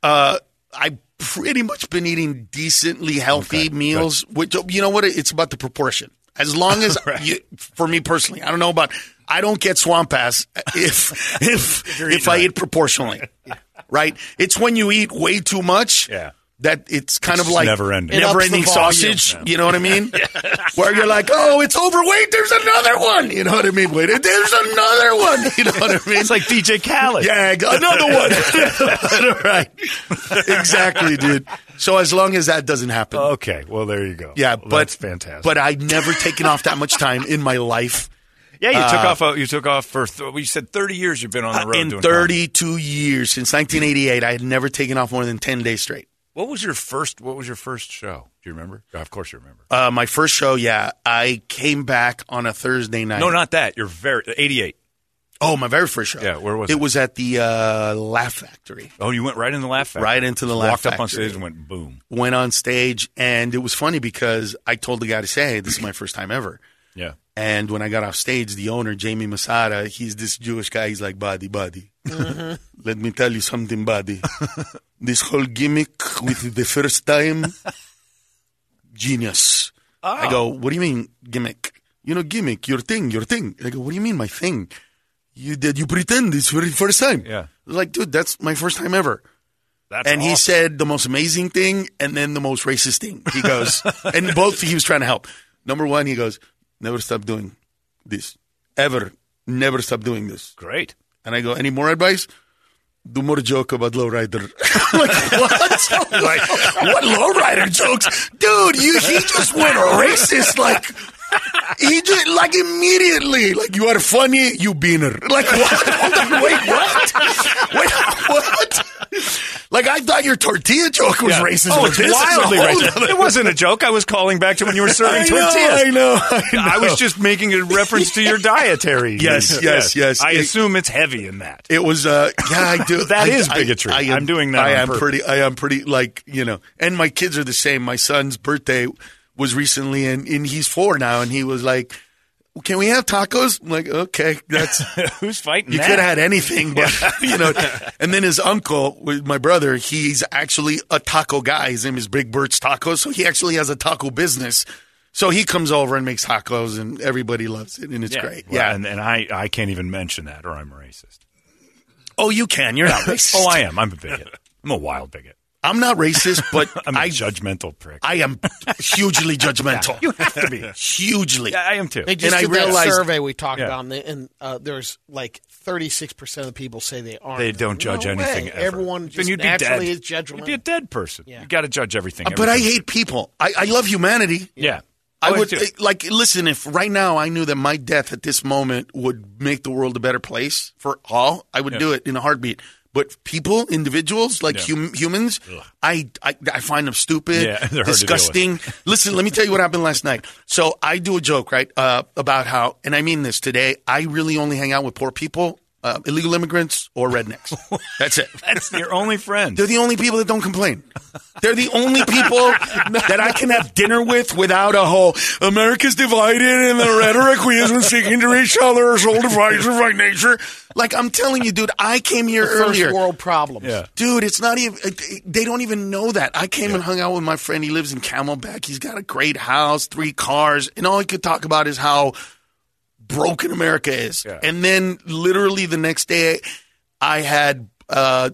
[SPEAKER 5] uh, I pretty much been eating decently healthy meals. Which you know what? It's about the proportion. As long as you, for me personally, I don't know about. I don't get swamp ass if if if
[SPEAKER 4] eating
[SPEAKER 5] I
[SPEAKER 4] right.
[SPEAKER 5] eat proportionally. Right? It's when you eat way too much.
[SPEAKER 4] Yeah.
[SPEAKER 5] That it's kind
[SPEAKER 4] It's
[SPEAKER 5] of like
[SPEAKER 4] never ending. It
[SPEAKER 5] never
[SPEAKER 6] ups the
[SPEAKER 5] ending
[SPEAKER 6] volume.
[SPEAKER 5] sausage. You know what I mean? Where you're like, oh, it's overweight. There's another one. You know what I mean? Wait, there's another one. You know what I mean?
[SPEAKER 4] It's like DJ Khaled.
[SPEAKER 5] Yeah, I got another one. right. Exactly, dude. So as long as that doesn't happen.
[SPEAKER 4] Okay. Well, there you go.
[SPEAKER 5] yeah,
[SPEAKER 4] Oh, Well,
[SPEAKER 5] but
[SPEAKER 4] that's fantastic.
[SPEAKER 5] But I've never taken off that much time in my life.
[SPEAKER 4] yeah, you took off. uh, You took off for. Th- we said thirty years. You've been on the road
[SPEAKER 5] Uh, in
[SPEAKER 4] doing
[SPEAKER 5] 32 years since 1988, I had never taken off more than 10 days straight.
[SPEAKER 4] What was your first? What was your first show? Do you remember? Oh, of course, you remember.
[SPEAKER 5] Uh, my first show, yeah, I came back on a Thursday night.
[SPEAKER 4] no, not that. You're very eighty-eight.
[SPEAKER 5] Oh, my very first show.
[SPEAKER 4] Yeah, where was
[SPEAKER 5] it?
[SPEAKER 4] it?
[SPEAKER 5] was at the uh, Laugh Factory.
[SPEAKER 4] Oh, you went right in the laugh factory.
[SPEAKER 5] Right into the
[SPEAKER 4] Just
[SPEAKER 5] Laugh
[SPEAKER 4] Walked up on
[SPEAKER 5] Factory.
[SPEAKER 4] stage and went boom.
[SPEAKER 5] Went on stage, and it was funny because I told the guy to say, hey, this is my first time ever.
[SPEAKER 4] Yeah.
[SPEAKER 5] And when I got off stage, the owner, Jamie Masada, he's this Jewish guy. He's like, buddy, buddy. Let me tell you something, buddy. this whole gimmick with the first time, genius. I go, what do you mean gimmick? You know, gimmick, your thing, your thing. I go, what do you mean my thing? You did you pretend it's for the first time?
[SPEAKER 4] Yeah.
[SPEAKER 5] Like, dude, that's my first time ever.
[SPEAKER 4] That's
[SPEAKER 5] And he
[SPEAKER 4] awesome.
[SPEAKER 5] said the most amazing thing and then the most racist thing. He goes, and both he was trying to help. Number one, he goes, never stop doing this. Ever. Never stop doing this.
[SPEAKER 4] great.
[SPEAKER 5] And I go, any more advice? Do more joke about lowrider. I'm like, what? I'm like, what lowrider jokes? Dude, you, he just went racist. Like, he just, like, immediately. Like, you are funny, you beaner. Like, what? Hold on, wait, what? Wait, what? Like, I thought your tortilla joke was
[SPEAKER 4] Yeah.
[SPEAKER 5] racist.
[SPEAKER 4] Oh,
[SPEAKER 5] but
[SPEAKER 4] it's
[SPEAKER 5] this is a
[SPEAKER 4] wildly
[SPEAKER 5] whole
[SPEAKER 4] racist.
[SPEAKER 5] other-
[SPEAKER 4] It wasn't a joke. I was calling back to when you were serving
[SPEAKER 5] I know,
[SPEAKER 4] tortillas.
[SPEAKER 5] I know, I know.
[SPEAKER 4] I was just making a reference to your dietary.
[SPEAKER 5] Yes,
[SPEAKER 4] needs.
[SPEAKER 5] yes, yes.
[SPEAKER 4] I
[SPEAKER 5] It-
[SPEAKER 4] assume it's heavy in that.
[SPEAKER 5] It was, uh, yeah, I do.
[SPEAKER 4] That
[SPEAKER 5] That
[SPEAKER 4] is
[SPEAKER 5] is
[SPEAKER 4] bigotry. I'm doing that
[SPEAKER 5] I
[SPEAKER 4] on
[SPEAKER 5] am
[SPEAKER 4] purpose.
[SPEAKER 5] pretty. I am pretty. Like you know, and my kids are the same. My son's birthday was recently, and, and he's four now, and he was like, "Can we have tacos?" I'm like, okay, that's
[SPEAKER 4] Who's fighting
[SPEAKER 5] you
[SPEAKER 4] that?
[SPEAKER 5] could have had anything, but you know. And then his uncle, with my brother, he's actually a taco guy. His name is Big Bert's Tacos, so he actually has a taco business. So he comes over and makes tacos, and everybody loves it, and it's great.
[SPEAKER 4] Well,
[SPEAKER 5] yeah.
[SPEAKER 4] And, and I, I can't even mention that, or I'm racist.
[SPEAKER 5] oh, you can. You're not racist.
[SPEAKER 4] Oh, I am. I'm a bigot. I'm a wild bigot.
[SPEAKER 5] I'm not racist, but
[SPEAKER 4] I'm a
[SPEAKER 5] I
[SPEAKER 4] judgmental prick.
[SPEAKER 5] I am hugely judgmental.
[SPEAKER 4] you have to be.
[SPEAKER 5] hugely.
[SPEAKER 4] Yeah, I am too.
[SPEAKER 6] They just
[SPEAKER 5] And I
[SPEAKER 6] did that
[SPEAKER 5] realized-
[SPEAKER 6] survey we talked
[SPEAKER 4] Yeah.
[SPEAKER 6] about, and, the, and uh, there's like 36 percent of the people say they aren't.
[SPEAKER 4] They don't judge
[SPEAKER 6] No
[SPEAKER 4] anything
[SPEAKER 6] way.
[SPEAKER 4] ever.
[SPEAKER 6] Everyone just
[SPEAKER 4] then you'd be
[SPEAKER 6] naturally
[SPEAKER 4] dead.
[SPEAKER 6] is judgmental.
[SPEAKER 4] You'd be a dead person.
[SPEAKER 6] Yeah.
[SPEAKER 4] You got to judge everything.
[SPEAKER 5] but I
[SPEAKER 4] everything.
[SPEAKER 5] hate people. I, I love humanity.
[SPEAKER 4] Yeah.
[SPEAKER 5] I
[SPEAKER 4] Oh,
[SPEAKER 5] would eh,
[SPEAKER 4] do.
[SPEAKER 5] like listen. If right now I knew that my death at this moment would make the world a better place for all, I would do it in a heartbeat. But people, individuals, like hum- humans, I, I I find them stupid,
[SPEAKER 4] Yeah, they're hard to deal with.
[SPEAKER 5] disgusting. listen, let me tell you what happened last night. So I do a joke right uh, about how, and I mean this today. I really only hang out with poor people. uh, illegal immigrants or rednecks. That's it.
[SPEAKER 4] That's your only friend.
[SPEAKER 5] They're the only people that don't complain. They're the only people that I can have dinner with without a whole America's divided and the rhetoric we isn't seeking to each other is all divided by nature. Like I'm telling you, dude, I came here
[SPEAKER 6] First
[SPEAKER 5] earlier.
[SPEAKER 6] world problems.
[SPEAKER 4] Yeah.
[SPEAKER 5] Dude, it's not even. They don't even know that. I came and hung out with my friend. He lives in Camelback. He's got a great house, three cars, and all he could talk about is how broken America is.
[SPEAKER 4] Yeah.
[SPEAKER 5] And then, literally the next day, I had uh,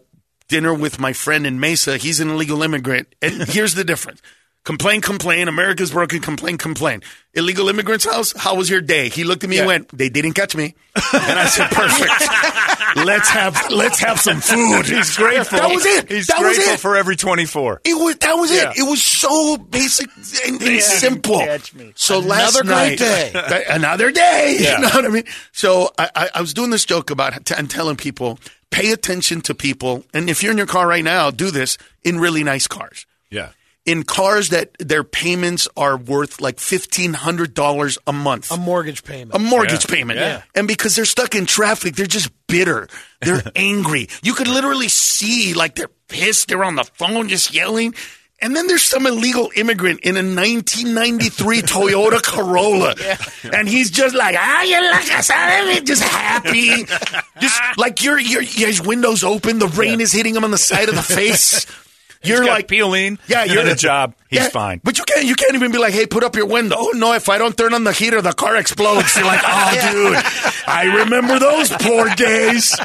[SPEAKER 5] dinner with my friend in Mesa. He's an illegal immigrant, and here's the difference: complain, complain. America's broken. Complain, complain. Illegal immigrant's house. How was your day? He looked at me and went, "They didn't catch me," and I said, "Perfect." let's have let's have some food.
[SPEAKER 4] He's grateful.
[SPEAKER 5] That was it.
[SPEAKER 4] He's
[SPEAKER 5] that
[SPEAKER 4] grateful
[SPEAKER 5] was it.
[SPEAKER 4] for every 24.
[SPEAKER 5] It was that was
[SPEAKER 4] Yeah.
[SPEAKER 5] it. It was so basic and, and simple.
[SPEAKER 6] catch me.
[SPEAKER 5] So last
[SPEAKER 6] Another
[SPEAKER 5] night,
[SPEAKER 6] great day.
[SPEAKER 5] Th- another day.
[SPEAKER 4] Yeah.
[SPEAKER 5] You know what I mean? So I, I, I was doing this joke about t- and telling people pay attention to people. And if you're in your car right now, do this in really nice cars.
[SPEAKER 4] Yeah.
[SPEAKER 5] In cars that their payments are worth like fifteen hundred dollars a month
[SPEAKER 6] A mortgage payment.
[SPEAKER 5] a mortgage
[SPEAKER 4] Yeah.
[SPEAKER 5] payment.
[SPEAKER 4] Yeah.
[SPEAKER 5] And because they're stuck in traffic, they're just bitter. They're angry. You could literally see like they're pissed. They're on the phone just yelling. And then there's some illegal immigrant in a 1993 Toyota Corolla. And he's just like, ah, you look us just happy. just like your, your, his windows open. The rain is hitting him on the side of the face. You're
[SPEAKER 4] He's got
[SPEAKER 5] like
[SPEAKER 4] peeling
[SPEAKER 5] Yeah,
[SPEAKER 4] and
[SPEAKER 5] you're
[SPEAKER 4] a job. He's
[SPEAKER 5] yeah,
[SPEAKER 4] fine.
[SPEAKER 5] But you can't you can't even be like, hey, put up your window. Oh no, if I don't turn on the heater, the car explodes. You're like, oh dude, I remember those poor days.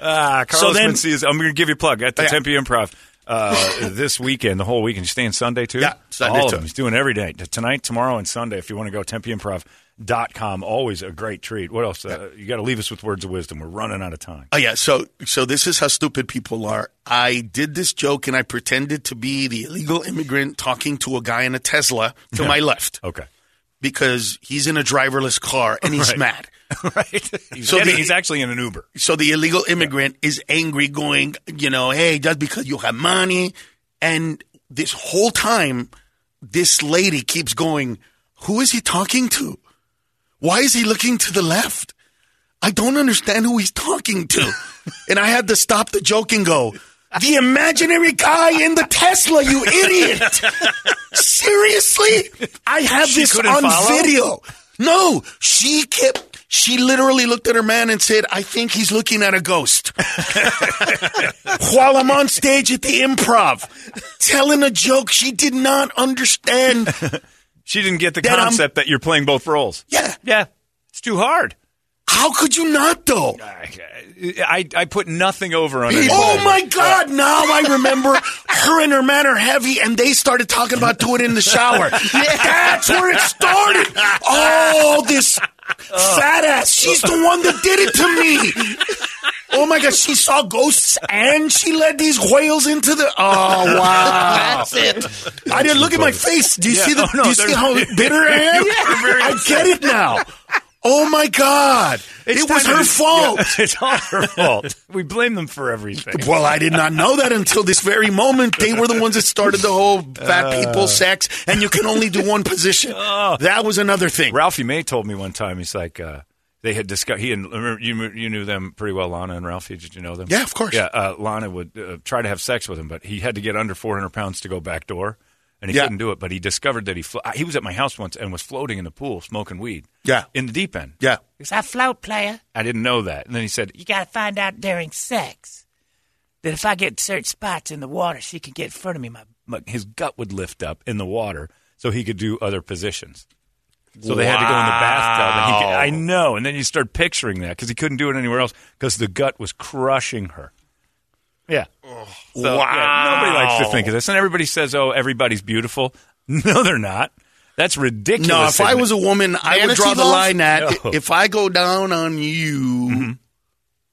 [SPEAKER 4] Ah, Carlos
[SPEAKER 5] then-
[SPEAKER 4] Mencia. I'm going to give you a plug at the
[SPEAKER 5] Yeah.
[SPEAKER 4] Tempe Improv uh, this weekend, the whole weekend. You're staying Sunday too?
[SPEAKER 5] Yeah, Sunday,
[SPEAKER 4] All of
[SPEAKER 5] too.
[SPEAKER 4] them. He's doing every day. T- Tonight, tomorrow, and Sunday if you want to go. TempeImprov.com. Always a great treat. What else? Uh, you got to leave us with words of wisdom. We're running out of time.
[SPEAKER 5] Oh yeah, so so this is how stupid people are. I did this joke and I pretended to be the illegal immigrant talking to a guy in a Tesla to my left
[SPEAKER 4] Okay.
[SPEAKER 5] because he's in a driverless car and he's
[SPEAKER 4] Right.
[SPEAKER 5] mad.
[SPEAKER 4] right. He's,
[SPEAKER 5] So
[SPEAKER 4] getting-
[SPEAKER 5] the-
[SPEAKER 4] he's actually in an Uber.
[SPEAKER 5] So the illegal immigrant is angry, going, you know, hey, just because you have money. And this whole time, this lady keeps going, who is he talking to? Why is he looking to the left? I don't understand who he's talking to. and I had to stop the joke and go, the imaginary guy in the Tesla, you idiot. Seriously? I have
[SPEAKER 4] She
[SPEAKER 5] this
[SPEAKER 4] couldn't
[SPEAKER 5] on
[SPEAKER 4] follow?
[SPEAKER 5] video. No, she kept, she literally looked at her man and said, I think he's looking at a ghost. While I'm on stage at the improv, telling a joke she did not understand.
[SPEAKER 4] She didn't get the
[SPEAKER 5] Then I'm-
[SPEAKER 4] concept that you're playing both roles.
[SPEAKER 5] Yeah.
[SPEAKER 4] Yeah. It's too hard.
[SPEAKER 5] How could you not, though?
[SPEAKER 4] I, I put nothing over on anybody.
[SPEAKER 5] Oh my God! Now I remember her and her man are heavy, and they started talking about doing it in the shower. That's where it started. Oh, this
[SPEAKER 4] Oh.
[SPEAKER 5] fat ass! She's the one that did it to me. Oh my God! She saw ghosts, and she led these whales into the. Oh wow!
[SPEAKER 6] That's it.
[SPEAKER 5] I didn't look at my face. Do you
[SPEAKER 4] Yeah.
[SPEAKER 5] see the?
[SPEAKER 4] Oh, no,
[SPEAKER 5] do you see
[SPEAKER 4] there's-
[SPEAKER 5] how bitter I am? I get it now. Oh my God! it was
[SPEAKER 4] time
[SPEAKER 5] her
[SPEAKER 4] to-
[SPEAKER 5] fault.
[SPEAKER 4] It's all her fault. We blame them for everything.
[SPEAKER 5] Well, I did not know that until this very moment. They were the ones that started the whole fat people sex, and you can only do one position. That was another thing.
[SPEAKER 4] Ralphie May told me one time. He's like, uh, they had discussed. He and remember, you you knew them pretty well, Lana and Ralphie. Did you know them?
[SPEAKER 5] Yeah, of course.
[SPEAKER 4] Yeah, uh, Lana would uh, try to have sex with him, but he had to get under 400 pounds to go back door, and he
[SPEAKER 5] Yeah.
[SPEAKER 4] couldn't do it. But he discovered that he flo- he was at my house once and was floating in the pool smoking weed.
[SPEAKER 5] Yeah.
[SPEAKER 4] in the deep end.
[SPEAKER 5] Yeah.
[SPEAKER 4] Is that float player? I didn't know that. And then he said,
[SPEAKER 7] You gotta find out during sex that if I get certain spots in the water, she can get in front of me. My
[SPEAKER 4] my- his gut would lift up in the water so he could do other positions. So they had to go in the bathtub. And he could, I know. And then you start picturing that because he couldn't do it anywhere else because the gut was crushing her. Yeah. So,
[SPEAKER 5] wow.
[SPEAKER 4] yeah, nobody likes to think of this. And everybody says, oh, everybody's beautiful. No, they're not. That's ridiculous.
[SPEAKER 5] No, if I was a woman, I would
[SPEAKER 6] Vanity
[SPEAKER 5] draw the
[SPEAKER 6] love?
[SPEAKER 5] line at
[SPEAKER 4] No.
[SPEAKER 5] if I go down on you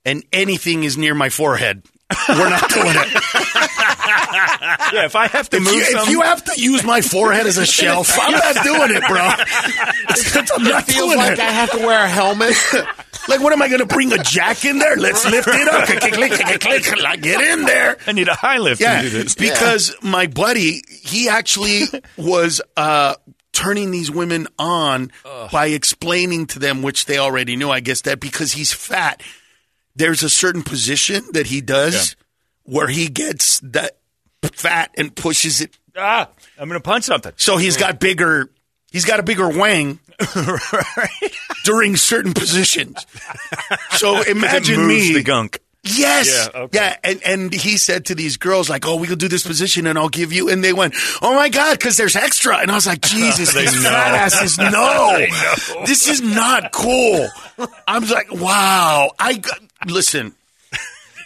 [SPEAKER 5] and anything is near my forehead, we're not doing it.
[SPEAKER 4] yeah, if I have to
[SPEAKER 5] If
[SPEAKER 4] move
[SPEAKER 5] you, if
[SPEAKER 4] some-
[SPEAKER 5] you have to use my forehead as a shelf, I'm not doing it, bro. I'm not
[SPEAKER 6] Feels
[SPEAKER 5] doing
[SPEAKER 6] like
[SPEAKER 5] it.
[SPEAKER 6] I have to wear a helmet.
[SPEAKER 5] Like, what am I going to bring a jack in there? Let's lift it up. Click, click, click, click, click. Like, Get in there.
[SPEAKER 4] I need a high lift
[SPEAKER 5] Yeah,
[SPEAKER 4] to do this.
[SPEAKER 5] because my buddy, he actually was uh, turning these women on by explaining to them, which they already knew, I guess, that because he's fat. there's a certain position that he does where he gets that fat and pushes it.
[SPEAKER 4] Ah, I'm going to punch something.
[SPEAKER 5] So he's got bigger. He's got a bigger wang during certain positions. So imagine
[SPEAKER 4] moves
[SPEAKER 5] me.
[SPEAKER 4] the gunk.
[SPEAKER 5] Yes.
[SPEAKER 4] Yeah,
[SPEAKER 5] Yeah.
[SPEAKER 4] okay.
[SPEAKER 5] And and he said to these girls, like, "Oh, we'll do this position, and I'll give you." And they went, "Oh my god, because there's extra." And I was like, "Jesus, these fat asses, no, this is not cool." I'm like, "Wow." I g- listen.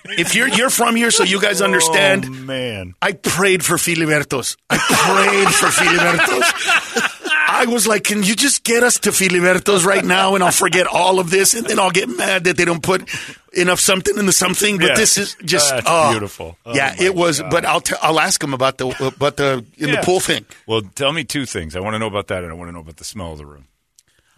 [SPEAKER 5] If you're you're from here, so you guys understand.
[SPEAKER 4] Oh, man.
[SPEAKER 5] I prayed for Filibertos. I prayed for Filibertos. I was like, can you just get us to Filibertos right now and I'll forget all of this and then I'll get mad that they don't put enough something into something. But
[SPEAKER 4] Yeah.
[SPEAKER 5] this is just
[SPEAKER 4] That's
[SPEAKER 5] oh.
[SPEAKER 4] beautiful. Oh,
[SPEAKER 5] yeah,
[SPEAKER 4] my
[SPEAKER 5] it was. But I'll i I'll ask him about the about the in
[SPEAKER 4] Yeah.
[SPEAKER 5] the pool thing.
[SPEAKER 4] Well, tell me two things. I want to know about that, and I want to know about the smell of the room.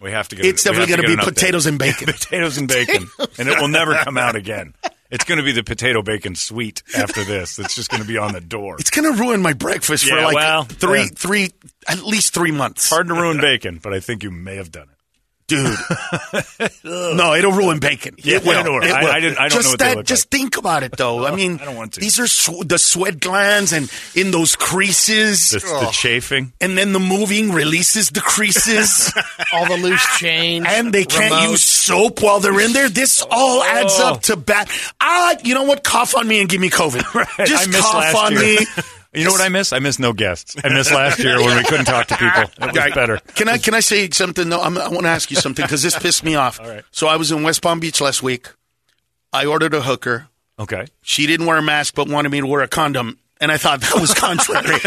[SPEAKER 4] We have to get.
[SPEAKER 5] It's
[SPEAKER 4] we have
[SPEAKER 5] definitely
[SPEAKER 4] to
[SPEAKER 5] going to
[SPEAKER 4] get
[SPEAKER 5] be
[SPEAKER 4] an update.
[SPEAKER 5] potatoes and bacon.
[SPEAKER 4] potatoes and bacon, and it will never come out again. It's going to be the potato bacon sweet after this. That's just going to be on the door.
[SPEAKER 5] It's going to ruin my breakfast for
[SPEAKER 4] Yeah,
[SPEAKER 5] like
[SPEAKER 4] well,
[SPEAKER 5] three
[SPEAKER 4] yeah.
[SPEAKER 5] three at least three months.
[SPEAKER 4] hard to ruin bacon, but I think you may have done it.
[SPEAKER 5] dude. no, it'll ruin bacon.
[SPEAKER 4] Yeah,
[SPEAKER 5] it will.
[SPEAKER 4] it'll ruin-
[SPEAKER 5] It
[SPEAKER 4] I-
[SPEAKER 5] will.
[SPEAKER 4] I didn't- I don't know
[SPEAKER 5] just
[SPEAKER 4] what they
[SPEAKER 5] that,
[SPEAKER 4] look
[SPEAKER 5] Just think about it, though. I mean,
[SPEAKER 4] I don't want to.
[SPEAKER 5] These are sw- the sweat glands, and in those creases,
[SPEAKER 4] The, the chafing.
[SPEAKER 5] Oh. and then the moving releases the creases,
[SPEAKER 6] All the loose change.
[SPEAKER 5] and they can't
[SPEAKER 6] remotes.
[SPEAKER 5] use soap while they're in there. This all adds
[SPEAKER 4] Oh.
[SPEAKER 5] up to bad. Ah, you know what? Cough on me and give me COVID. Just
[SPEAKER 4] I missed
[SPEAKER 5] cough
[SPEAKER 4] last
[SPEAKER 5] on
[SPEAKER 4] year.
[SPEAKER 5] me.
[SPEAKER 4] You know what I miss? I miss no guests. I miss last year when we couldn't talk to people. It was
[SPEAKER 5] Right.
[SPEAKER 4] better.
[SPEAKER 5] Can I can I say something? though? I'm, I want to ask you something because this pissed me off.
[SPEAKER 4] right.
[SPEAKER 5] So I was in West Palm Beach last week. I ordered a hooker.
[SPEAKER 4] Okay.
[SPEAKER 5] She didn't wear a mask but wanted me to wear a condom. And I thought that was contrary.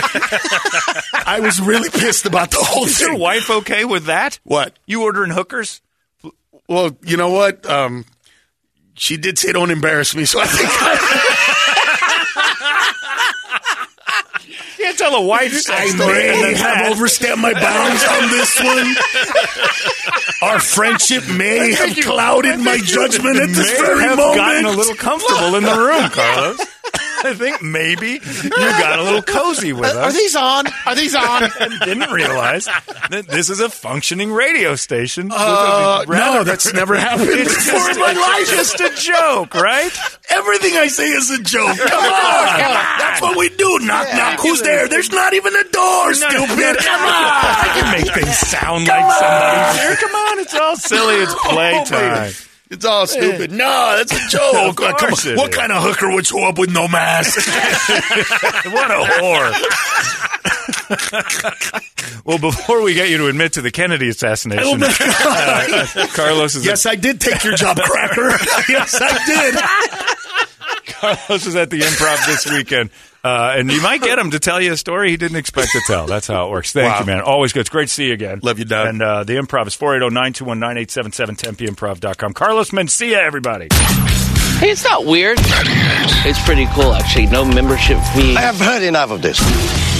[SPEAKER 5] I was really pissed about the whole
[SPEAKER 4] Is
[SPEAKER 5] thing.
[SPEAKER 4] your wife okay with that?
[SPEAKER 5] What?
[SPEAKER 4] You ordering hookers?
[SPEAKER 5] Well, you know what? Um, she did say, "Don't embarrass me." So I think
[SPEAKER 4] You can't tell a wife
[SPEAKER 5] I
[SPEAKER 4] sex story. and
[SPEAKER 5] may
[SPEAKER 4] then
[SPEAKER 5] have
[SPEAKER 4] that.
[SPEAKER 5] overstepped my bounds on this one. Our friendship may have clouded my judgment at this
[SPEAKER 4] may
[SPEAKER 5] very
[SPEAKER 4] have
[SPEAKER 5] moment.
[SPEAKER 4] gotten a little comfortable in the room, Carlos. I think maybe you got a little cozy with
[SPEAKER 6] Are
[SPEAKER 4] us.
[SPEAKER 6] these on? Are these on?
[SPEAKER 4] and didn't realize that this is a functioning radio station.
[SPEAKER 5] Uh, no, that's never happened before in my life.
[SPEAKER 4] just a joke, right?
[SPEAKER 5] Everything I say is a joke. Come on. That's what we do. Knock, knock. Who's there? There's not even a door, stupid. Come
[SPEAKER 4] I
[SPEAKER 5] on.
[SPEAKER 4] can make things sound like somebody's here. Come on, it's all silly. It's playtime.
[SPEAKER 5] It's all stupid. No, that's a joke.
[SPEAKER 4] Of
[SPEAKER 5] Come
[SPEAKER 4] course it
[SPEAKER 5] on. What
[SPEAKER 4] is.
[SPEAKER 5] kind of hooker would show up with no mask?
[SPEAKER 4] what a whore. well, before we get you to admit to the Kennedy assassination, uh, Carlos is
[SPEAKER 5] yes, I did take your job, cracker. yes, I did.
[SPEAKER 4] Carlos is at the improv this weekend. Uh, and you might get him to tell you a story he didn't expect to tell. That's how it works. Thank you, man. Always good. It's great to see you again.
[SPEAKER 5] Love you, Doug.
[SPEAKER 4] And uh, the improv is 480 921 9877 10pimprov.com. Carlos Mencia, everybody.
[SPEAKER 9] Hey, it's not weird. It's pretty cool, actually. No membership fee.
[SPEAKER 10] I have heard enough of this.